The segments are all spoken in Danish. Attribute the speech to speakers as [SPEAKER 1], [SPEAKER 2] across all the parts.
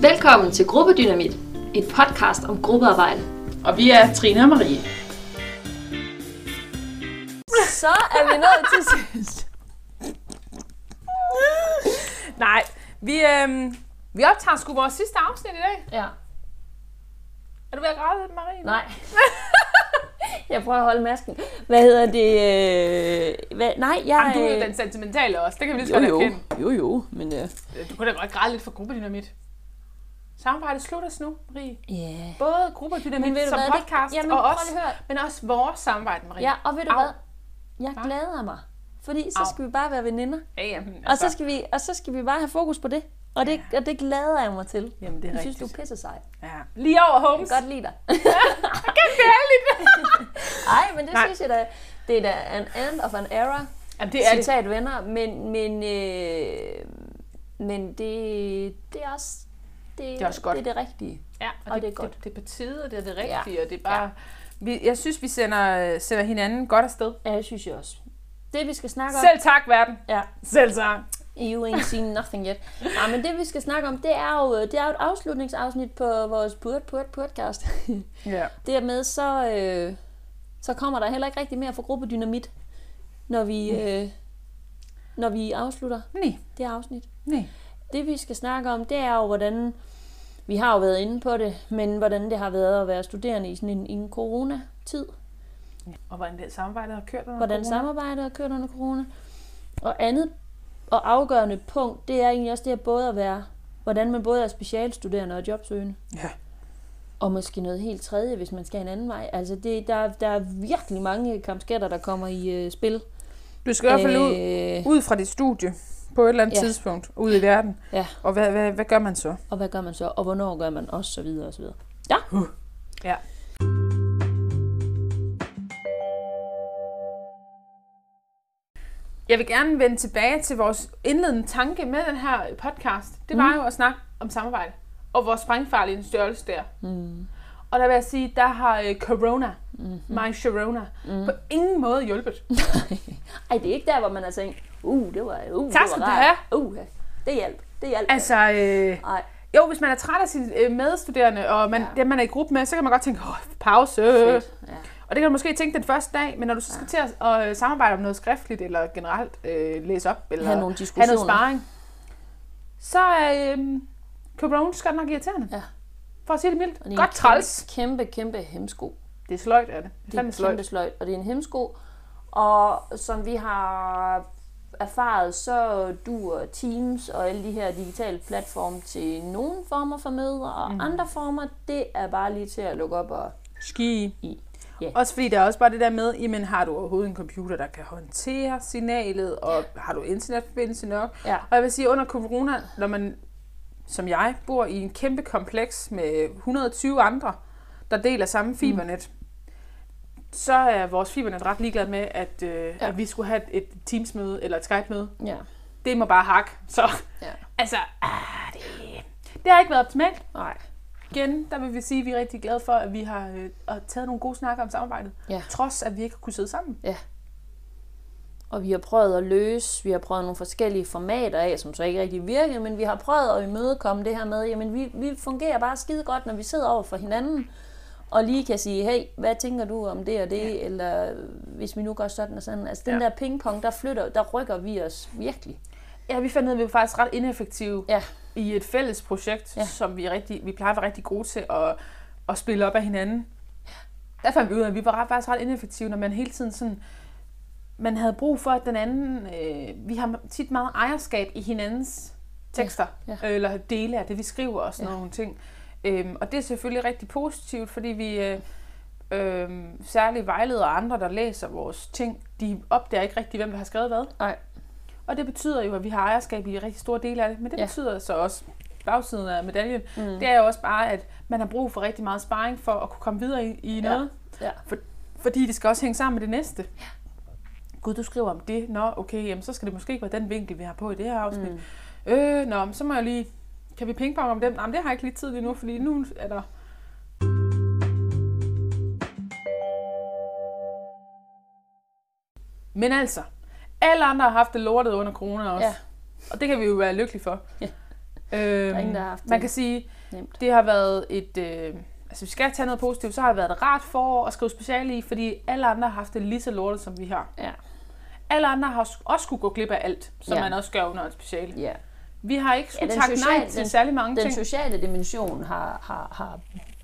[SPEAKER 1] Velkommen til Gruppedynamit, et podcast om gruppearbejde.
[SPEAKER 2] Og vi er Trine og Marie.
[SPEAKER 3] Så er vi nået til sidst. Nej, vi, øhm, vi optager sgu vores sidste afsnit i dag.
[SPEAKER 1] Ja,
[SPEAKER 3] Er du ved at græde, Marie?
[SPEAKER 1] nej.
[SPEAKER 4] Jeg prøver at holde masken. Hvad hedder det? Øh, hvad? Nej, jeg...
[SPEAKER 3] Jamen, du er jo den sentimentale også. Det kan vi lige så
[SPEAKER 4] jo,
[SPEAKER 3] godt
[SPEAKER 4] jo,
[SPEAKER 3] erkende.
[SPEAKER 4] jo, jo, men... Øh,
[SPEAKER 3] Du kunne da godt græde lidt for gruppedynamit. Samarbejdet slutter nu, Marie.
[SPEAKER 4] yeah.
[SPEAKER 3] Både gruppedynamit
[SPEAKER 4] Men ved du
[SPEAKER 3] som
[SPEAKER 4] hvad, det-
[SPEAKER 3] podcast
[SPEAKER 4] Jamen,
[SPEAKER 3] og
[SPEAKER 4] prøv
[SPEAKER 3] os,
[SPEAKER 4] lige at høre.
[SPEAKER 3] men også vores samarbejde, Marie.
[SPEAKER 4] Ja, og ved du
[SPEAKER 3] Au.
[SPEAKER 4] hvad? Jeg
[SPEAKER 3] Hva?
[SPEAKER 4] glæder mig. Fordi så
[SPEAKER 3] Au.
[SPEAKER 4] skal vi bare være veninder.
[SPEAKER 3] ja jamen, altså,
[SPEAKER 4] Og så skal vi, og så skal vi bare have fokus på det. Og det, og det glæder jeg mig til.
[SPEAKER 3] Jamen, det er
[SPEAKER 4] jeg synes, du
[SPEAKER 3] rigtigt.
[SPEAKER 4] er pisse sej.
[SPEAKER 3] ja. Lige over
[SPEAKER 4] Jeg
[SPEAKER 3] Holmes.
[SPEAKER 4] kan godt lide dig.
[SPEAKER 3] Kæft, det er ærligt.
[SPEAKER 4] Ej, men det
[SPEAKER 3] Nej.
[SPEAKER 4] Nej. synes jeg da... Det er da an end of an era.
[SPEAKER 3] Jamen, det
[SPEAKER 4] Det
[SPEAKER 3] er
[SPEAKER 4] er
[SPEAKER 3] det.
[SPEAKER 4] citat venner. Men, men, øh, men det, det er også... Det, det
[SPEAKER 3] er også godt.
[SPEAKER 4] Det er det rigtige.
[SPEAKER 3] Ja, og, og det, det er godt. Det, det er på tide, og det er det rigtige, ja. og det er bare... Ja. Vi, jeg synes, vi sender, øh, sender hinanden godt afsted.
[SPEAKER 4] Ja, det synes jeg også. Det, vi skal snakke om...
[SPEAKER 3] Selv tak, verden.
[SPEAKER 4] Ja,
[SPEAKER 3] Selv tak.
[SPEAKER 4] You E ain't seen nothing yet. Nej, men det vi skal snakke om, det er jo, øh, det er jo et afslutningsafsnit på vores Burt Burt podcast.
[SPEAKER 3] Ja.
[SPEAKER 4] Dermed så, øh, så kommer der heller ikke rigtig mere for gruppedynamit, når vi, øh, når vi afslutter
[SPEAKER 3] Nej,
[SPEAKER 4] det afsnit.
[SPEAKER 3] nej.
[SPEAKER 4] Det vi skal snakke om, det er jo, hvordan vi har jo været inde på det, men hvordan det har været at være studerende i sådan en, en coronatid.
[SPEAKER 3] Og hvordan det samarbejde har kørt under
[SPEAKER 4] hvordan
[SPEAKER 3] corona.
[SPEAKER 4] samarbejdet er kørt under corona. Og andet og afgørende punkt, det er egentlig også det at både at være, hvordan man både er specialstuderende og jobsøgende.
[SPEAKER 3] Ja.
[SPEAKER 4] Og måske noget helt tredje, hvis man skal en anden vej. Altså, det, der, der er virkelig mange kampskatter, der kommer i øh, spil.
[SPEAKER 3] Du skal i hvert fald ud,
[SPEAKER 4] Øh,
[SPEAKER 3] ud fra dit studie på et eller andet ja.
[SPEAKER 4] Ja.
[SPEAKER 3] tidspunkt ude i verden.
[SPEAKER 4] Ja.
[SPEAKER 3] Og hvad, hvad, hvad gør man så?
[SPEAKER 4] og hvad gør man så? Og hvornår gør man? Og så videre, og så videre. Ja,
[SPEAKER 3] Ja. Jeg vil gerne vende tilbage til vores indledende tanke med den her podcast. Det var mm. jo at snakke om samarbejde og vores sprængfarlige størrelse der. Mm. Og der vil jeg sige, der har øh, corona, mm-hmm. my corona, mm. på ingen måde hjulpet.
[SPEAKER 4] ej, det er ikke der, hvor man har tænkt, uh, det var, uh,
[SPEAKER 3] Tak
[SPEAKER 4] det
[SPEAKER 3] skal
[SPEAKER 4] var
[SPEAKER 3] du
[SPEAKER 4] rart. Uh, det hjalp, det hjalp.
[SPEAKER 3] Altså, øh,
[SPEAKER 4] Ej,
[SPEAKER 3] jo, hvis man er træt af sine øh, medstuderende, og man, ja. dem man er i gruppe med, så kan man godt tænke, åh, pause. Fedt.
[SPEAKER 4] fedt. Ja.
[SPEAKER 3] Og det kan du måske tænke den første dag, men når du så skal til at øh, samarbejde om noget skriftligt, eller generelt øh, læse op, eller
[SPEAKER 4] Have nogle
[SPEAKER 3] have noget
[SPEAKER 4] diskussioner.
[SPEAKER 3] sparring, så er øh, corona godt nok irriterende.
[SPEAKER 4] Ja.
[SPEAKER 3] For at sige det mildt.
[SPEAKER 4] Og det er en
[SPEAKER 3] godt træls.
[SPEAKER 4] Kæmpe, kæmpe hemsko.
[SPEAKER 3] Det er sløjt, er det.
[SPEAKER 4] Det er en
[SPEAKER 3] sløjt.
[SPEAKER 4] kæmpe sløjt, og det er en hemsko. Og som vi har erfaret, så duer Teams og alle de her digitale platforme til nogle former for møder, og mm. andre former, det er bare lige til at lukke op og...
[SPEAKER 3] Ski.
[SPEAKER 4] I. Ja.
[SPEAKER 3] Også fordi der er også bare det der med, jamen har du overhovedet en computer, der kan håndtere signalet, og har du internetforbindelse nok?
[SPEAKER 4] Ja.
[SPEAKER 3] Og jeg vil sige, under corona, når man, som jeg, bor i en kæmpe kompleks med 120 andre, der deler samme fibernet, mm. så er vores fibernet ret ligeglad med, at, øh, ja. at vi skulle have et Teams-møde eller et Skype-møde.
[SPEAKER 4] Ja.
[SPEAKER 3] Det må bare hakke. Så
[SPEAKER 4] Ja.
[SPEAKER 3] altså, ah, det, det har ikke været optimalt.
[SPEAKER 4] Nej.
[SPEAKER 3] Igen, der vil vi sige, at vi er rigtig glade for, at vi har øh, og taget nogle gode snakker om samarbejdet.
[SPEAKER 4] Ja.
[SPEAKER 3] Trods at vi ikke har kunnet sidde sammen.
[SPEAKER 4] Og vi har prøvet at løse, vi har prøvet nogle forskellige formater af, som så ikke rigtig virkede, men vi har prøvet at imødekomme det her med, jamen vi, vi fungerer bare skide godt, når vi sidder over for hinanden, og lige kan sige, hey, hvad tænker du om det og det, ja. eller hvis vi nu gør sådan og sådan. Altså den
[SPEAKER 3] Ja.
[SPEAKER 4] ja. der pingpong, der flytter, der rykker vi os virkelig.
[SPEAKER 3] Ja, vi fandt ud af, at vi var faktisk ret ineffektive
[SPEAKER 4] Ja,
[SPEAKER 3] i et fælles projekt, ja.
[SPEAKER 4] Ja.
[SPEAKER 3] som vi, er rigtig, vi plejer at være rigtig gode til at, at spille op af hinanden. Der fandt vi ud af, at vi var ret, faktisk ret ineffektive, når man hele tiden sådan... Man havde brug for, at den anden... Øh, vi har tit meget ejerskab i hinandens tekster, ja.
[SPEAKER 4] Ja,
[SPEAKER 3] Ja. eller dele af det, vi skriver og sådan ja. nogle ting. Øhm, og det er selvfølgelig rigtig positivt, fordi vi... Øh, øh, særligt vejledere og andre, der læser vores ting, de opdager ikke rigtig, hvem der har skrevet hvad.
[SPEAKER 4] nej,
[SPEAKER 3] Og det betyder jo, at vi har ejerskab i rigtig store dele af det. Men det ja.
[SPEAKER 4] Ja.
[SPEAKER 3] betyder så også, bagsiden af medaljen, mm. det er jo også bare, at man har brug for rigtig meget sparring for at kunne komme videre i, i noget.
[SPEAKER 4] ja.
[SPEAKER 3] For, fordi det skal også hænge sammen med det næste. Gud, du skriver om det. Nå, okay, jamen, så skal det måske ikke være den vinkel, vi har på i det her afsnit. Mm. Øh, nå, men så må jeg lige... Kan vi pingpong om dem? Nej, det har jeg ikke lige tid lige nu, fordi nu er der... Men altså, alle andre har haft det lortet under corona også.
[SPEAKER 4] Ja.
[SPEAKER 3] Og det kan vi jo være lykkelige for.
[SPEAKER 4] Ja.
[SPEAKER 3] Øhm,
[SPEAKER 4] ingen, der har haft
[SPEAKER 3] man
[SPEAKER 4] det
[SPEAKER 3] kan sige,
[SPEAKER 4] nemt.
[SPEAKER 3] det har været et... Øh, altså, vi skal tage noget positivt, så har det været et rart forår at skrive speciale i, fordi alle andre har haft det lige så lortet, som vi har.
[SPEAKER 4] Ja.
[SPEAKER 3] Alle andre har sk- også skulle gå glip af alt, som
[SPEAKER 4] Ja.
[SPEAKER 3] ja. man også gør under et speciale.
[SPEAKER 4] Ja.
[SPEAKER 3] Vi har ikke skulle
[SPEAKER 4] den
[SPEAKER 3] ja, takke
[SPEAKER 4] sociale-
[SPEAKER 3] nej til
[SPEAKER 4] den-
[SPEAKER 3] særlig mange
[SPEAKER 4] Den
[SPEAKER 3] ting.
[SPEAKER 4] sociale dimension har, har, har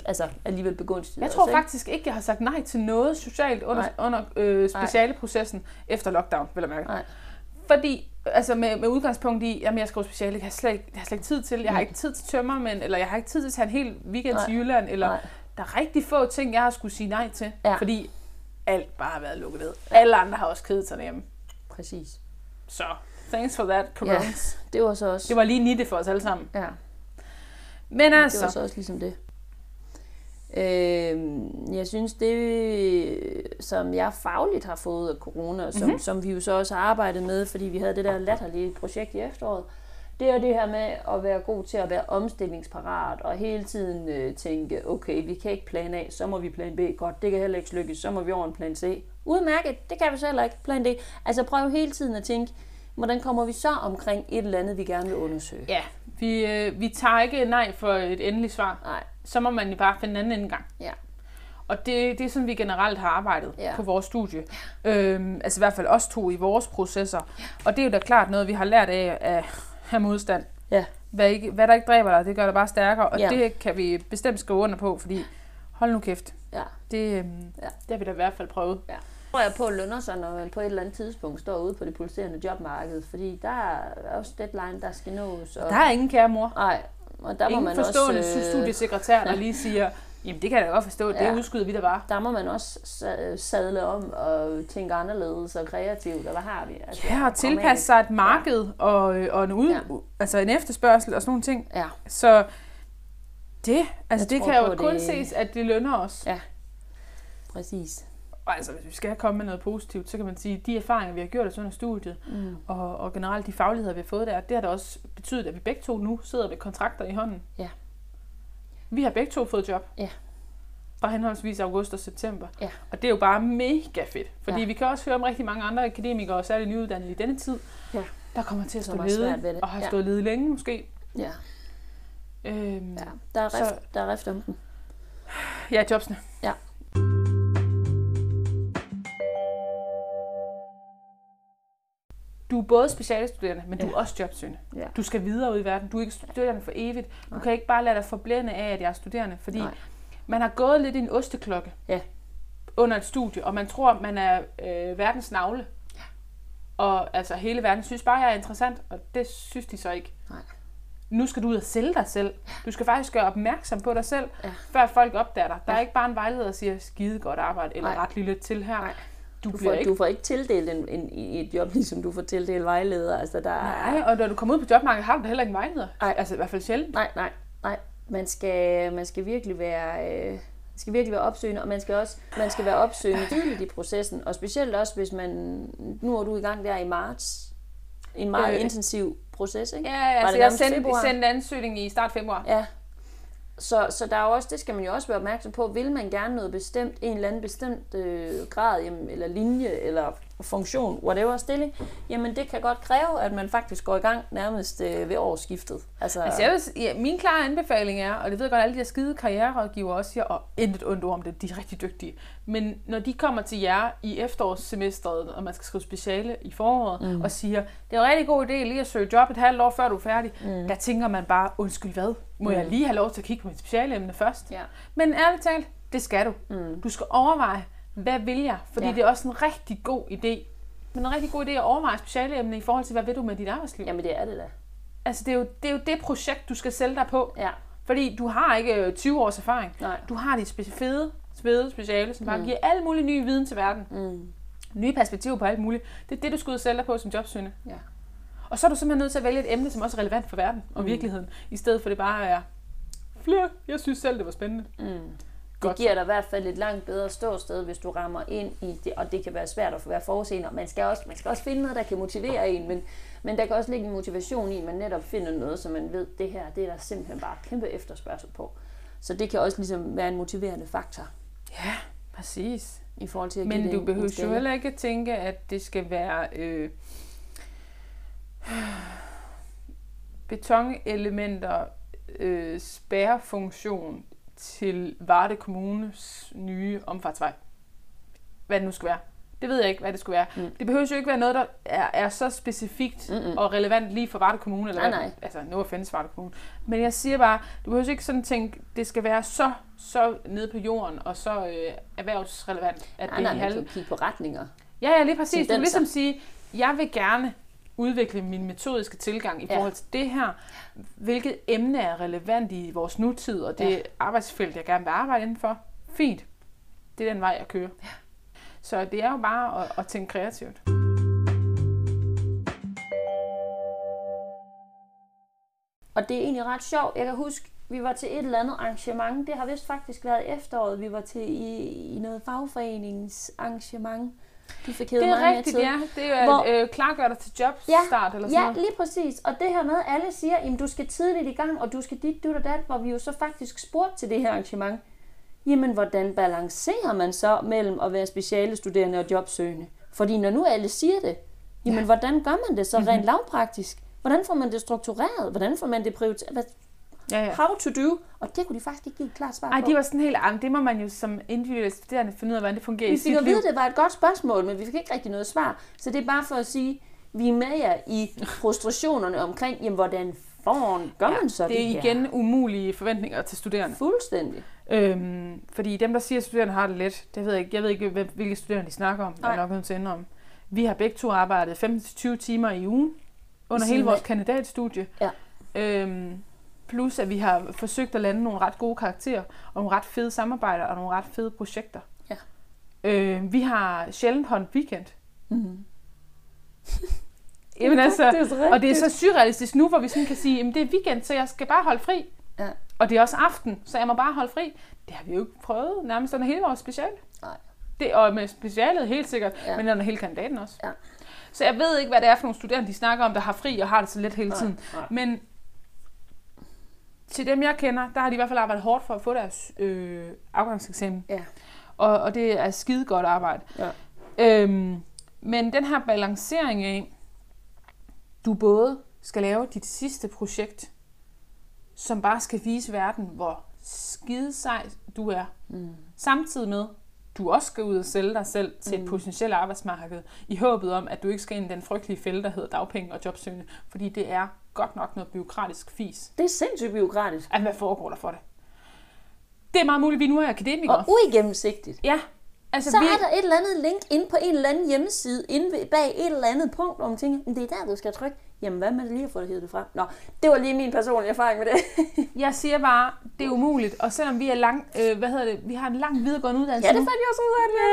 [SPEAKER 4] altså alligevel begunstiget
[SPEAKER 3] Jeg tror
[SPEAKER 4] os, ikke?
[SPEAKER 3] faktisk ikke, jeg har sagt nej til noget socialt under,
[SPEAKER 4] Nej.
[SPEAKER 3] under øh, specialeprocessen efter lockdown, vil jeg mærke.
[SPEAKER 4] Nej.
[SPEAKER 3] Fordi, altså med, med udgangspunkt i, jamen jeg skriver speciale, jeg har slet ikke, jeg har slet ikke tid til, jeg har ikke tid til tømmermænd, eller jeg har ikke tid til at tage en hel weekend
[SPEAKER 4] Nej.
[SPEAKER 3] til Jylland, eller
[SPEAKER 4] Nej.
[SPEAKER 3] der er rigtig få ting, jeg har skulle sige nej til,
[SPEAKER 4] Ja.
[SPEAKER 3] fordi alt bare har været lukket ned. Alle andre har også kedet sig derhjemme.
[SPEAKER 4] Præcis.
[SPEAKER 3] Så, thanks for that, corona.
[SPEAKER 4] Ja, det var så også...
[SPEAKER 3] Det var lige nitte for os alle sammen.
[SPEAKER 4] ja,
[SPEAKER 3] Men
[SPEAKER 4] det var
[SPEAKER 3] altså,
[SPEAKER 4] så også ligesom det. Øhm, jeg synes, det som jeg fagligt har fået af corona, og som, mm-hmm. som vi jo så også har arbejdet med, fordi vi havde det der latterlige projekt i efteråret, det er det her med at være god til at være omstillingsparat og hele tiden øh, tænke, okay, vi kan ikke plan A, så må vi plan B. Godt, det kan heller ikke lykkes, så må vi over en plan C. Udmærket, det kan vi så heller ikke. Plan D. Altså prøv hele tiden at tænke, hvordan kommer vi så omkring et eller andet, vi gerne vil undersøge?
[SPEAKER 3] ja, vi, øh, vi tager ikke nej for et endeligt svar.
[SPEAKER 4] Nej,
[SPEAKER 3] Så må man jo bare finde en anden indgang.
[SPEAKER 4] ja.
[SPEAKER 3] Og det, det er sådan, vi generelt har arbejdet
[SPEAKER 4] Ja.
[SPEAKER 3] ja. på vores studie. Øhm, altså i hvert fald os to i vores processer. Ja. Og det er jo da klart noget, vi har lært af af, af modstand.
[SPEAKER 4] Ja,
[SPEAKER 3] Hvad, ikke, hvad der ikke dræber dig, det gør dig bare stærkere. Og
[SPEAKER 4] Ja.
[SPEAKER 3] ja. det kan vi bestemt skrive under på, fordi hold nu kæft.
[SPEAKER 4] ja.
[SPEAKER 3] Det, øhm,
[SPEAKER 4] Ja.
[SPEAKER 3] ja. det har vi da i hvert fald prøvet.
[SPEAKER 4] Ja. tror jeg på at lønner sig, når man på et eller andet tidspunkt står ude på det pulserende jobmarked, fordi der er også deadline, der skal nås. Og...
[SPEAKER 3] Der er ingen kære mor.
[SPEAKER 4] Nej, og der må
[SPEAKER 3] ingen
[SPEAKER 4] man
[SPEAKER 3] forstående
[SPEAKER 4] også... øh,
[SPEAKER 3] også, studiesekretær, der lige siger, jamen det kan jeg da godt forstå, ja.
[SPEAKER 4] Ja.
[SPEAKER 3] det udskyder vi da bare.
[SPEAKER 4] Der må man også sa- sadle om og tænke anderledes og kreativt, og hvad har vi? Altså,
[SPEAKER 3] Ja, og
[SPEAKER 4] pragmatisk.
[SPEAKER 3] tilpasse sig et marked ja. og, øh, og en, ud,
[SPEAKER 4] Ja.
[SPEAKER 3] ja. altså en efterspørgsel og sådan nogle ting.
[SPEAKER 4] Ja,
[SPEAKER 3] Så det, altså
[SPEAKER 4] Jeg
[SPEAKER 3] det
[SPEAKER 4] tror
[SPEAKER 3] kan
[SPEAKER 4] på,
[SPEAKER 3] jo
[SPEAKER 4] det-
[SPEAKER 3] kun ses, at det lønner os.
[SPEAKER 4] Ja. præcis.
[SPEAKER 3] Og altså, hvis vi skal komme med noget positivt, så kan man sige, at de erfaringer, vi har gjort os under studiet,
[SPEAKER 4] Mm.
[SPEAKER 3] og, og generelt de fagligheder, vi har fået der, det har da også betydet, at vi begge to nu sidder med kontrakter i hånden.
[SPEAKER 4] Ja.
[SPEAKER 3] Vi har begge to fået job.
[SPEAKER 4] Ja.
[SPEAKER 3] Fra henholdsvis august og september.
[SPEAKER 4] Ja.
[SPEAKER 3] Og det er jo bare mega fedt. Fordi
[SPEAKER 4] Ja.
[SPEAKER 3] vi kan også høre om rigtig mange andre akademikere, og særligt nyuddannede i denne tid,
[SPEAKER 4] Ja.
[SPEAKER 3] der kommer til at
[SPEAKER 4] Som
[SPEAKER 3] stå
[SPEAKER 4] har svært ved
[SPEAKER 3] ledige,
[SPEAKER 4] det.
[SPEAKER 3] og har
[SPEAKER 4] Ja.
[SPEAKER 3] stået ledige længe måske.
[SPEAKER 4] Ja,
[SPEAKER 3] Øhm,
[SPEAKER 4] ja. Der, er
[SPEAKER 3] Så-
[SPEAKER 4] rift, der er rift om den.
[SPEAKER 3] ja, jobsene.
[SPEAKER 4] Ja.
[SPEAKER 3] Du er både specialstuderende, men ja. du
[SPEAKER 4] Ja.
[SPEAKER 3] er også jobsøgende.
[SPEAKER 4] Ja.
[SPEAKER 3] Du skal videre ud i verden. Du er ikke studerende for evigt. Du kan ikke bare lade dig forblænde af, at jeg er studerende, fordi
[SPEAKER 4] Nej.
[SPEAKER 3] Nej. man har gået lidt i en osteklokke
[SPEAKER 4] Ja.
[SPEAKER 3] under et studie, og man tror, man er øh, verdens navle. Ja. Og altså, hele verden synes bare, jeg er interessant, og det synes de så ikke.
[SPEAKER 4] Nej.
[SPEAKER 3] Nu skal du ud og sælge dig selv. Du skal faktisk gøre opmærksom på dig selv,
[SPEAKER 4] Ja.
[SPEAKER 3] før folk opdager dig. Der er
[SPEAKER 4] Ja.
[SPEAKER 3] ikke bare en vejleder, der siger, skide godt arbejde, eller
[SPEAKER 4] Nej.
[SPEAKER 3] ret lige lidt til her.
[SPEAKER 4] Nej.
[SPEAKER 3] Du,
[SPEAKER 4] Du
[SPEAKER 3] bliver
[SPEAKER 4] får,
[SPEAKER 3] ikke
[SPEAKER 4] du får ikke tildelt en, en, et job, ligesom du får tildelt vejleder. Altså, der er,
[SPEAKER 3] Nej, og når du kommer ud på jobmarkedet, har du da heller ikke en vejleder.
[SPEAKER 4] Nej.
[SPEAKER 3] Nej. Altså i hvert fald sjældent.
[SPEAKER 4] Nej, nej, nej. Man skal, man skal virkelig være... Øh, man skal virkelig være opsøgende, og man skal også man skal være opsøgende tidligt i processen, og specielt også, hvis man... Nu er du i gang der i marts. En meget øh,
[SPEAKER 3] Øh,
[SPEAKER 4] intensiv proces, ikke?
[SPEAKER 3] Ja,
[SPEAKER 4] Var
[SPEAKER 3] altså
[SPEAKER 4] det
[SPEAKER 3] jeg
[SPEAKER 4] nærmest
[SPEAKER 3] sendte,
[SPEAKER 4] februar?
[SPEAKER 3] sendte ansøgning i start februar.
[SPEAKER 4] Ja. Så, så der er jo også, det skal man jo også være opmærksom på, vil man gerne noget bestemt, en eller anden bestemt øh, grad, jamen, eller linje, eller funktion, whatever stilling, jamen det kan godt kræve, at man faktisk går i gang nærmest øh, ved årsskiftet. Altså,
[SPEAKER 3] Altså jeg vil, s- ja, min klare anbefaling er, og det ved jeg godt, alle de her skide karriererådgivere også siger, og intet ondt ord om det, de er rigtig dygtige. Men når de kommer til jer i efterårssemesteret, og man skal skrive speciale i foråret, mm. og siger, det er en rigtig god idé lige at søge job et halvt år, før du er færdig, mm. der tænker man bare, undskyld hvad, må mm. jeg lige have lov til at kigge på mit specialeemne først?
[SPEAKER 4] Ja.
[SPEAKER 3] Men ærligt talt, det skal du. Mm. Du skal overveje, hvad vil jeg? Fordi
[SPEAKER 4] Ja.
[SPEAKER 3] ja. det er også en rigtig god idé. Men en rigtig god idé at overveje specialeemne i forhold til, hvad vil du med dit arbejdsliv?
[SPEAKER 4] Jamen det er det da.
[SPEAKER 3] Altså, det er, jo, det er jo det projekt, du skal sælge dig på.
[SPEAKER 4] Ja.
[SPEAKER 3] Fordi du har ikke øh, 20 års erfaring.
[SPEAKER 4] Nej.
[SPEAKER 3] Du har dit spe- fede, fede speciale, som bare mm. giver alle mulige nye viden til verden. Mm. Nye perspektiver på alt muligt. Det er det, du skal ud og sælge dig på som jobsøgende.
[SPEAKER 4] Ja.
[SPEAKER 3] Og så er du simpelthen nødt til at vælge et emne, som også er relevant for verden og mm. virkeligheden. I stedet for det bare er flere. Jeg synes selv, det var spændende.
[SPEAKER 4] Mm. Det
[SPEAKER 3] Godt.
[SPEAKER 4] giver dig i hvert fald et langt bedre ståsted, hvis du rammer ind i det, og det kan være svært at være forudseende, og man skal, også, man skal også finde noget, der kan motivere en, men, men der kan også ligge en motivation i, at man netop finder noget, som man ved, det her, det er der simpelthen bare kæmpe efterspørgsel på. Så det kan også ligesom være en motiverende faktor
[SPEAKER 3] Ja, præcis.
[SPEAKER 4] i forhold til at give
[SPEAKER 3] Men
[SPEAKER 4] det
[SPEAKER 3] du
[SPEAKER 4] en-
[SPEAKER 3] behøver
[SPEAKER 4] en
[SPEAKER 3] jo
[SPEAKER 4] skalle.
[SPEAKER 3] heller ikke at tænke, at det skal være... Øh, betonelementer øh, spærrefunktion til Varde Kommunes nye omfartsvej. Hvad det nu skulle være. Det ved jeg ikke, hvad det skulle være. Mm. Det behøver jo ikke være noget, der er, er så specifikt Mm-mm. og relevant lige for Varde Kommune. Eller
[SPEAKER 4] Nej,
[SPEAKER 3] hvad-
[SPEAKER 4] nej.
[SPEAKER 3] Altså, nu findes Varde Kommune. Men jeg siger bare, du behøver jo ikke sådan tænke, det skal være så, så nede på jorden og så øh, erhvervsrelevant, at
[SPEAKER 4] Nej,
[SPEAKER 3] det
[SPEAKER 4] nej,
[SPEAKER 3] er i
[SPEAKER 4] man
[SPEAKER 3] halv...
[SPEAKER 4] kan jo kigge på retninger.
[SPEAKER 3] Ja, ja, lige præcis. Du kan
[SPEAKER 4] ligesom- tendenser.
[SPEAKER 3] ligesom sige, jeg vil gerne udvikle min metodiske tilgang i
[SPEAKER 4] Ja.
[SPEAKER 3] forhold til det her. Hvilket emne er relevant i vores nutid, og det
[SPEAKER 4] Ja.
[SPEAKER 3] ja. arbejdsfelt, jeg gerne vil arbejde indenfor. Fint. Det er den vej, jeg kører. Ja. Så det er jo bare at, at tænke kreativt.
[SPEAKER 4] Og det er egentlig ret sjovt. Jeg kan huske, vi var til et eller andet arrangement. Det har vist faktisk været efteråret. Vi var til i, i noget fagforeningsarrangement. Du fik hævet
[SPEAKER 3] Det
[SPEAKER 4] meget
[SPEAKER 3] er
[SPEAKER 4] mere
[SPEAKER 3] rigtigt,
[SPEAKER 4] tid.
[SPEAKER 3] ja. Det er
[SPEAKER 4] Hvor-
[SPEAKER 3] Hvor... øh, klargør dig til jobstart ja. eller sådan
[SPEAKER 4] Ja,
[SPEAKER 3] noget.
[SPEAKER 4] lige præcis. Og det her med, at alle siger, at du skal tidligt i gang, og du skal dit, dit og dat, hvor vi jo så faktisk spurgte til det her arrangement. Jamen, hvordan balancerer man så mellem at være specialestuderende og jobsøgende? Fordi når nu alle siger det, jamen, ja. hvordan gør man det så
[SPEAKER 3] Mm-hmm.
[SPEAKER 4] rent lavpraktisk? Hvordan får man det struktureret? Hvordan får man det prioriteret? Hvad,
[SPEAKER 3] Ja, ja.
[SPEAKER 4] how to do? Og det kunne de faktisk ikke give et klart svar
[SPEAKER 3] Ej,
[SPEAKER 4] på.
[SPEAKER 3] de var sådan helt, "Ej, men det må man jo som individuel studerende finde ud af, hvordan det fungerer i
[SPEAKER 4] Vi
[SPEAKER 3] sit
[SPEAKER 4] fik
[SPEAKER 3] liv.
[SPEAKER 4] at vide, at det var et godt spørgsmål, men vi fik ikke rigtig noget svar. Så det er bare for at sige, vi er med jer i frustrationerne omkring, jamen, hvordan foran gør man så det,
[SPEAKER 3] det er
[SPEAKER 4] her?
[SPEAKER 3] igen umulige forventninger til studerende.
[SPEAKER 4] Fuldstændig.
[SPEAKER 3] Øhm, fordi dem, der siger, at studerende har det let, det ved jeg ikke. Jeg ved ikke, hvem- hvilke studerende de snakker om. Jeg
[SPEAKER 4] Nej.
[SPEAKER 3] er nok nødt til at indrømme. Vi har begge to arbejdet 15-20 timer i ugen under
[SPEAKER 4] siden
[SPEAKER 3] hele vores
[SPEAKER 4] af.
[SPEAKER 3] kandidatstudie.
[SPEAKER 4] Ja.
[SPEAKER 3] Øhm, plus, at vi har forsøgt at lande nogle ret gode karakterer, og nogle ret fede samarbejder, og nogle ret fede projekter.
[SPEAKER 4] Ja.
[SPEAKER 3] Øhm, vi har sjældent holdt weekend. Mm-hmm. Jamen altså,
[SPEAKER 4] Faktisk
[SPEAKER 3] og det er
[SPEAKER 4] rigtigt.
[SPEAKER 3] så surrealistisk nu, hvor vi sådan kan sige, jamen det er weekend, så jeg skal bare holde fri.
[SPEAKER 4] Ja.
[SPEAKER 3] Og det er også aften, så jeg må bare holde fri. Det har vi jo ikke prøvet nærmest under hele vores special.
[SPEAKER 4] Nej.
[SPEAKER 3] Det, og med specialet helt sikkert,
[SPEAKER 4] Ja.
[SPEAKER 3] ja. men under hele kandidaten også.
[SPEAKER 4] Ja.
[SPEAKER 3] Så jeg ved ikke, hvad det er for nogle studerende, de snakker om, der har fri og har det så let hele tiden.
[SPEAKER 4] nej.
[SPEAKER 3] Men til dem, jeg kender, der har de i hvert fald arbejdet hårdt for at få deres øh, afgangseksamen.
[SPEAKER 4] Ja.
[SPEAKER 3] Og, og det er skide godt arbejde.
[SPEAKER 4] Ja.
[SPEAKER 3] Øhm, men den her balancering af, du både skal lave dit sidste projekt, som bare skal vise verden, hvor skide sej du er, mm. samtidig med, du også skal ud og sælge dig selv til
[SPEAKER 4] Mm.
[SPEAKER 3] et potentielt arbejdsmarked, i håbet om, at du ikke skal ind i den frygtelige fælde, der hedder dagpenge og jobsøgende, fordi det er godt nok noget byråkratisk fis.
[SPEAKER 4] Det er sindssygt byråkratisk.
[SPEAKER 3] Altså, hvad foregår der for det? Det er meget muligt, vi nu er akademikere.
[SPEAKER 4] Og uigennemsigtigt.
[SPEAKER 3] Ja, altså
[SPEAKER 4] Så
[SPEAKER 3] vi...
[SPEAKER 4] er der et eller andet link inde på en eller anden hjemmeside, inde ved- bag et eller andet punkt, hvor man tænker, "Men det er der, du skal trykke. Jamen, hvad med lige at få det hævet det fra? Nå, det var lige min personlige erfaring med det.
[SPEAKER 3] Jeg siger bare, det er umuligt, og selvom vi er lang, øh, hvad hedder det, vi har en lang videregående uddannelse
[SPEAKER 4] ja, det
[SPEAKER 3] nu.
[SPEAKER 4] fandt jeg også ud af, at vi er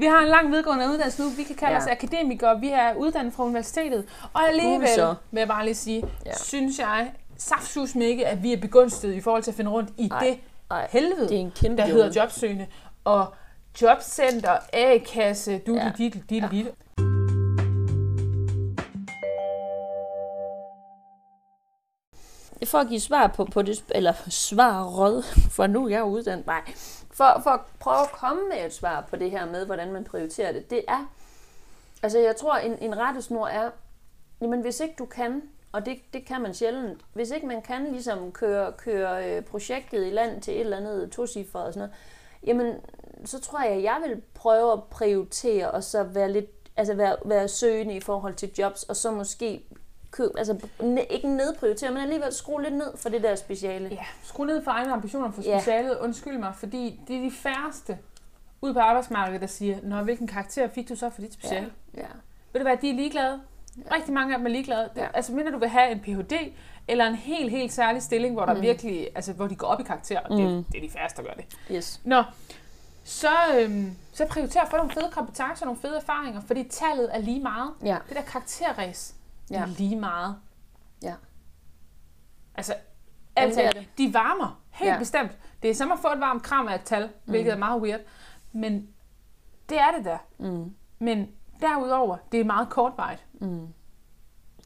[SPEAKER 3] Vi har en lang videregående uddannelse nu, vi kan kalde
[SPEAKER 4] Ja.
[SPEAKER 3] ja. os akademikere, vi er uddannet fra universitetet, og alligevel,
[SPEAKER 4] så.
[SPEAKER 3] vil jeg bare lige sige,
[SPEAKER 4] Ja.
[SPEAKER 3] ja. synes jeg, saftsus med ikke, at vi er begunstiget i forhold til at finde rundt i
[SPEAKER 4] Ej,
[SPEAKER 3] det
[SPEAKER 4] ej,
[SPEAKER 3] helvede,
[SPEAKER 4] det er en kæmpe
[SPEAKER 3] der hedder
[SPEAKER 4] jungle.
[SPEAKER 3] jobsøgende, og jobcenter, A-kasse, du
[SPEAKER 4] Ja.
[SPEAKER 3] ja. dit, dit, dit, dit.
[SPEAKER 4] for at give svar på, på det, eller svaret, for nu er jeg uddannet, nej, for, for at prøve at komme med et svar på det her med, hvordan man prioriterer det, det er, altså jeg tror, en, en rettesnor er, jamen hvis ikke du kan, og det, det kan man sjældent, hvis ikke man kan ligesom køre, køre øh, projektet i land til et eller andet tocifret og sådan noget, jamen så tror jeg, jeg vil prøve at prioritere, og så være lidt, altså være, være søgende i forhold til jobs, og så måske køb, altså ne, ikke nedprioritere, men alligevel skrue lidt ned for det der speciale.
[SPEAKER 3] Ja, skru ned for egne ambitioner for
[SPEAKER 4] Ja.
[SPEAKER 3] specialet, undskyld mig, fordi det er de færreste ud på arbejdsmarkedet, der siger, Nå, hvilken karakter fik du så for dit speciale? Ja.
[SPEAKER 4] ja.
[SPEAKER 3] Ved du hvad, de er ligeglade. Ja. Rigtig mange af dem er ligeglade.
[SPEAKER 4] Ja.
[SPEAKER 3] Ja. Altså, mindre du vil have en Ph.D. eller en helt, helt særlig stilling, hvor der mm. virkelig, altså, hvor de går op i karakter, og det, det er de færreste, der gør det.
[SPEAKER 4] Yes.
[SPEAKER 3] Nå, så, øhm, så prioriter at få nogle fede kompetencer, nogle fede erfaringer, fordi tallet er lige meget.
[SPEAKER 4] Ja.
[SPEAKER 3] Det der karakterræs
[SPEAKER 4] Ja.
[SPEAKER 3] ja. er lige meget.
[SPEAKER 4] Ja.
[SPEAKER 3] Altså,
[SPEAKER 4] Jamen,
[SPEAKER 3] alt
[SPEAKER 4] det er
[SPEAKER 3] det. de varmer, helt
[SPEAKER 4] Ja.
[SPEAKER 3] ja. bestemt. Det er som at få et varmt kram af et tal, hvilket mm. er meget weird. Men det er det da. Mm. Men derudover, det er meget kortvarigt. Mm.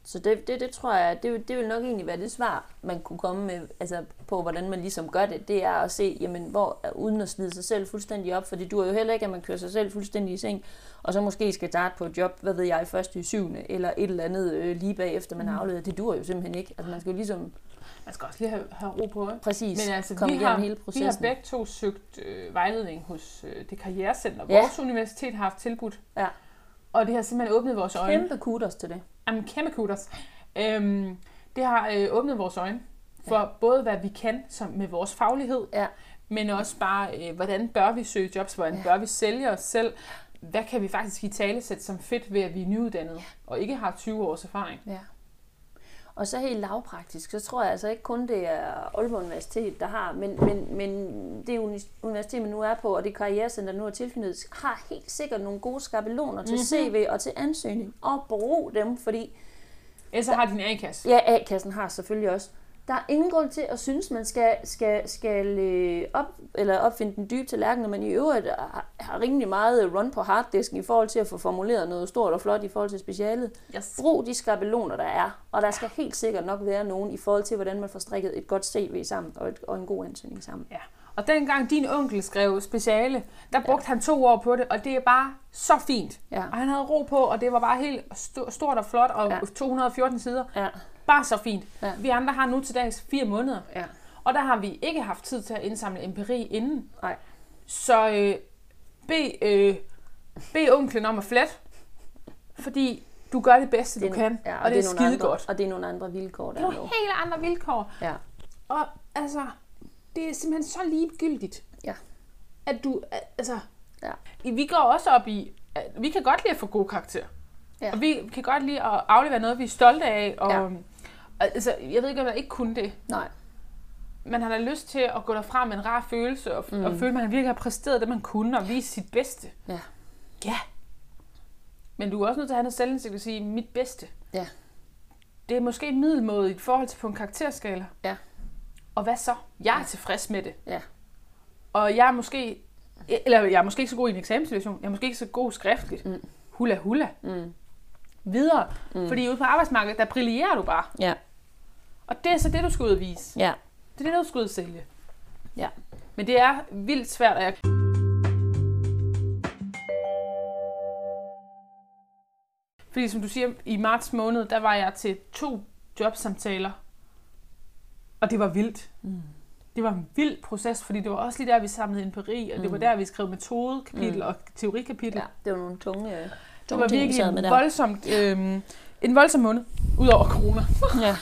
[SPEAKER 4] Så det, det, det tror jeg, det, vil- det vil nok egentlig være det svar, man kunne komme med altså på, hvordan man ligesom gør det. Det er at se, jamen, hvor, uden at slide sig selv fuldstændig op, for det dur jo heller ikke, at man kører sig selv fuldstændig i seng, og så måske skal starte på et job, hvad ved jeg, først i syvende, eller et eller andet øh, lige bagefter, man har afleveret. Det dur jo simpelthen ikke. Altså man skal jo ligesom
[SPEAKER 5] Man skal også lige have, have ro på, ikke?
[SPEAKER 4] præcis
[SPEAKER 3] Men altså,
[SPEAKER 4] komme
[SPEAKER 3] vi
[SPEAKER 4] igennem
[SPEAKER 3] har,
[SPEAKER 4] hele
[SPEAKER 3] vi har
[SPEAKER 4] processen.
[SPEAKER 3] begge to søgt øh, vejledning hos øh, det karrierecenter.
[SPEAKER 4] Ja.
[SPEAKER 3] Vores universitet har haft tilbudt.
[SPEAKER 4] Ja.
[SPEAKER 3] Og det har simpelthen åbnet vores øjne.
[SPEAKER 4] Kæmpe kudos til det.
[SPEAKER 3] Jamen, kæmpe kudos. Øhm, det har øh, åbnet vores øjne for ja. både, hvad vi kan som med vores faglighed,
[SPEAKER 4] Ja.
[SPEAKER 3] men også bare, øh, hvordan bør vi søge jobs, hvordan ja. bør vi sælge os selv, hvad kan vi faktisk i tale sætte som fedt ved, at vi er nyuddannede ja. og ikke har 20 års erfaring.
[SPEAKER 4] Ja. Og så helt lavpraktisk, så tror jeg altså ikke kun det er Aalborg Universitet, der har, men, men, men det uni- universitet, man nu er på, og det karrierecenter, nu er tilknyttet, har helt sikkert nogle gode skabeloner til mm-hmm. CV og til ansøgning, og brug dem, fordi
[SPEAKER 3] Ellers så har din A-kasse.
[SPEAKER 4] Ja, A-kassen har selvfølgelig også. Der er ingen grund til at synes, man skal, skal, skal øh, op, eller opfinde den dybe tallerken, når man i øvrigt har, har rimelig meget øh, run på harddisken i forhold til at få formuleret noget stort og flot i forhold til specialet.
[SPEAKER 3] Yes.
[SPEAKER 4] Brug de skabeloner, der er, og der skal helt sikkert nok være nogen i forhold til, hvordan man får strikket et godt CV sammen og, et, og en god ansøgning sammen.
[SPEAKER 3] Ja. Og dengang din onkel skrev speciale, der brugte ja. han to år på det, og det er bare så fint.
[SPEAKER 4] Ja.
[SPEAKER 3] Og han havde ro på, og det var bare helt sto- stort og flot, og
[SPEAKER 4] Ja.
[SPEAKER 3] ja. 214 sider.
[SPEAKER 4] Ja,
[SPEAKER 3] Bare så fint.
[SPEAKER 4] Ja.
[SPEAKER 3] Ja. Vi andre har nu til dags fire måneder,
[SPEAKER 4] ja.
[SPEAKER 3] og der har vi ikke haft tid til at indsamle empiri inden.
[SPEAKER 4] Nej.
[SPEAKER 3] Så øh, bed, øh, bed onklen om at flet, fordi du gør det bedste, det, du kan,
[SPEAKER 4] ja,
[SPEAKER 3] og, og det er,
[SPEAKER 4] nogle
[SPEAKER 3] skide
[SPEAKER 4] andre,
[SPEAKER 3] godt.
[SPEAKER 4] Og det er nogle andre vilkår, der
[SPEAKER 3] Det er
[SPEAKER 4] er
[SPEAKER 3] nogle
[SPEAKER 4] lov.
[SPEAKER 3] helt andre vilkår,
[SPEAKER 4] Ja,
[SPEAKER 3] og altså, det er simpelthen så ligegyldigt,
[SPEAKER 4] Ja.
[SPEAKER 3] at du, altså,
[SPEAKER 4] Ja.
[SPEAKER 3] vi går også op i, at vi kan godt lide at få gode karakterer.
[SPEAKER 4] Ja.
[SPEAKER 3] Og vi kan godt lide at aflevere noget, vi er stolte af. Og,
[SPEAKER 4] Ja.
[SPEAKER 3] ja. altså, jeg ved ikke, om jeg ikke kunne det.
[SPEAKER 4] nej.
[SPEAKER 3] Man har da lyst til at gå derfra med en rar følelse, og, mm. og føle, at man virkelig har præsteret det, man kunne, og vise sit bedste.
[SPEAKER 4] Ja.
[SPEAKER 3] Ja. Men du er også nødt til at have noget selvindsigt og sige, mit bedste.
[SPEAKER 4] Ja.
[SPEAKER 3] Det er måske middelmåde i forhold til på en karakterskala.
[SPEAKER 4] Ja.
[SPEAKER 3] Og hvad så? Jeg er tilfreds med det.
[SPEAKER 4] Ja.
[SPEAKER 3] Og jeg er måske, eller jeg er måske ikke så god i en eksamenssituation, jeg er måske ikke så god skriftligt. Mm. Hula hula. Mm. Videre. Mm. Fordi ude på arbejdsmarkedet, der brillerer du bare.
[SPEAKER 4] Ja,
[SPEAKER 3] Og det er så det, du skal udvise.
[SPEAKER 4] ja.
[SPEAKER 3] Det er det, du skal udsælge.
[SPEAKER 4] Ja.
[SPEAKER 3] Men det er vildt svært, og jeg Fordi som du siger, i marts måned, der var jeg til to jobsamtaler. Og det var vildt. Mm. Det var en vild proces, fordi det var også lige der, vi samlede empiri, og det var der, vi skrev metodekapitel mm. og teorikapitel.
[SPEAKER 4] Ja, det var nogle tunge, øh,
[SPEAKER 3] det
[SPEAKER 4] tunge
[SPEAKER 3] var
[SPEAKER 4] ting, vi
[SPEAKER 3] virkelig
[SPEAKER 4] sad med
[SPEAKER 3] en
[SPEAKER 4] der.
[SPEAKER 3] voldsomt, øhm, en voldsom måned, udover corona.
[SPEAKER 4] Ja.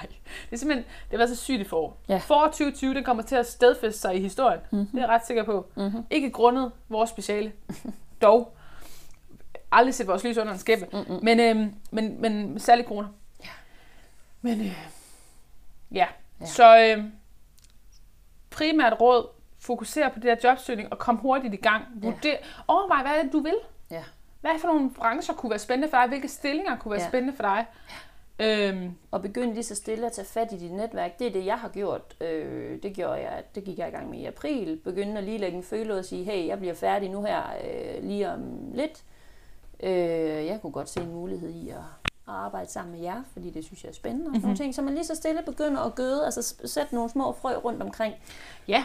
[SPEAKER 3] Ej, det er simpelthen, det har været så sygt i forår.
[SPEAKER 4] Ja. Mhm.
[SPEAKER 3] Ja. Forår 2020, den kommer til at stedfeste sig i historien. Mm-hmm. Det er jeg ret sikker på. Mm-hmm. Ikke grundet vores speciale, dog. Aldrig set vores lys under en skæppe. Mm-hmm. Men, øhm, men, men særlig corona. Ja. Men øh, ja. ja, så øh, primært råd, fokuser på det der jobsøgning og kom hurtigt i gang. Vurder, ja. Overvej, hvad er det, du vil?
[SPEAKER 4] Ja.
[SPEAKER 3] Hvad for nogle brancher kunne være spændende for dig? Hvilke stillinger kunne være
[SPEAKER 4] Ja.
[SPEAKER 3] ja. spændende for dig? Øhm,
[SPEAKER 4] Og begynd lige så stille at tage fat i dit netværk. Det er det, jeg har gjort. Øh, det gjorde jeg, det gik jeg i gang med i april. Begynde at lige lægge en føle ud og sige, hey, jeg bliver færdig nu her øh, lige om lidt. Øh, jeg kunne godt se en mulighed i at, at arbejde sammen med jer, fordi det synes jeg er spændende. Mm-hmm.
[SPEAKER 3] Mhm.
[SPEAKER 4] Nogle ting, så man lige så stille begynder at gøde, altså s- sætte nogle små frø rundt omkring.
[SPEAKER 3] Ja.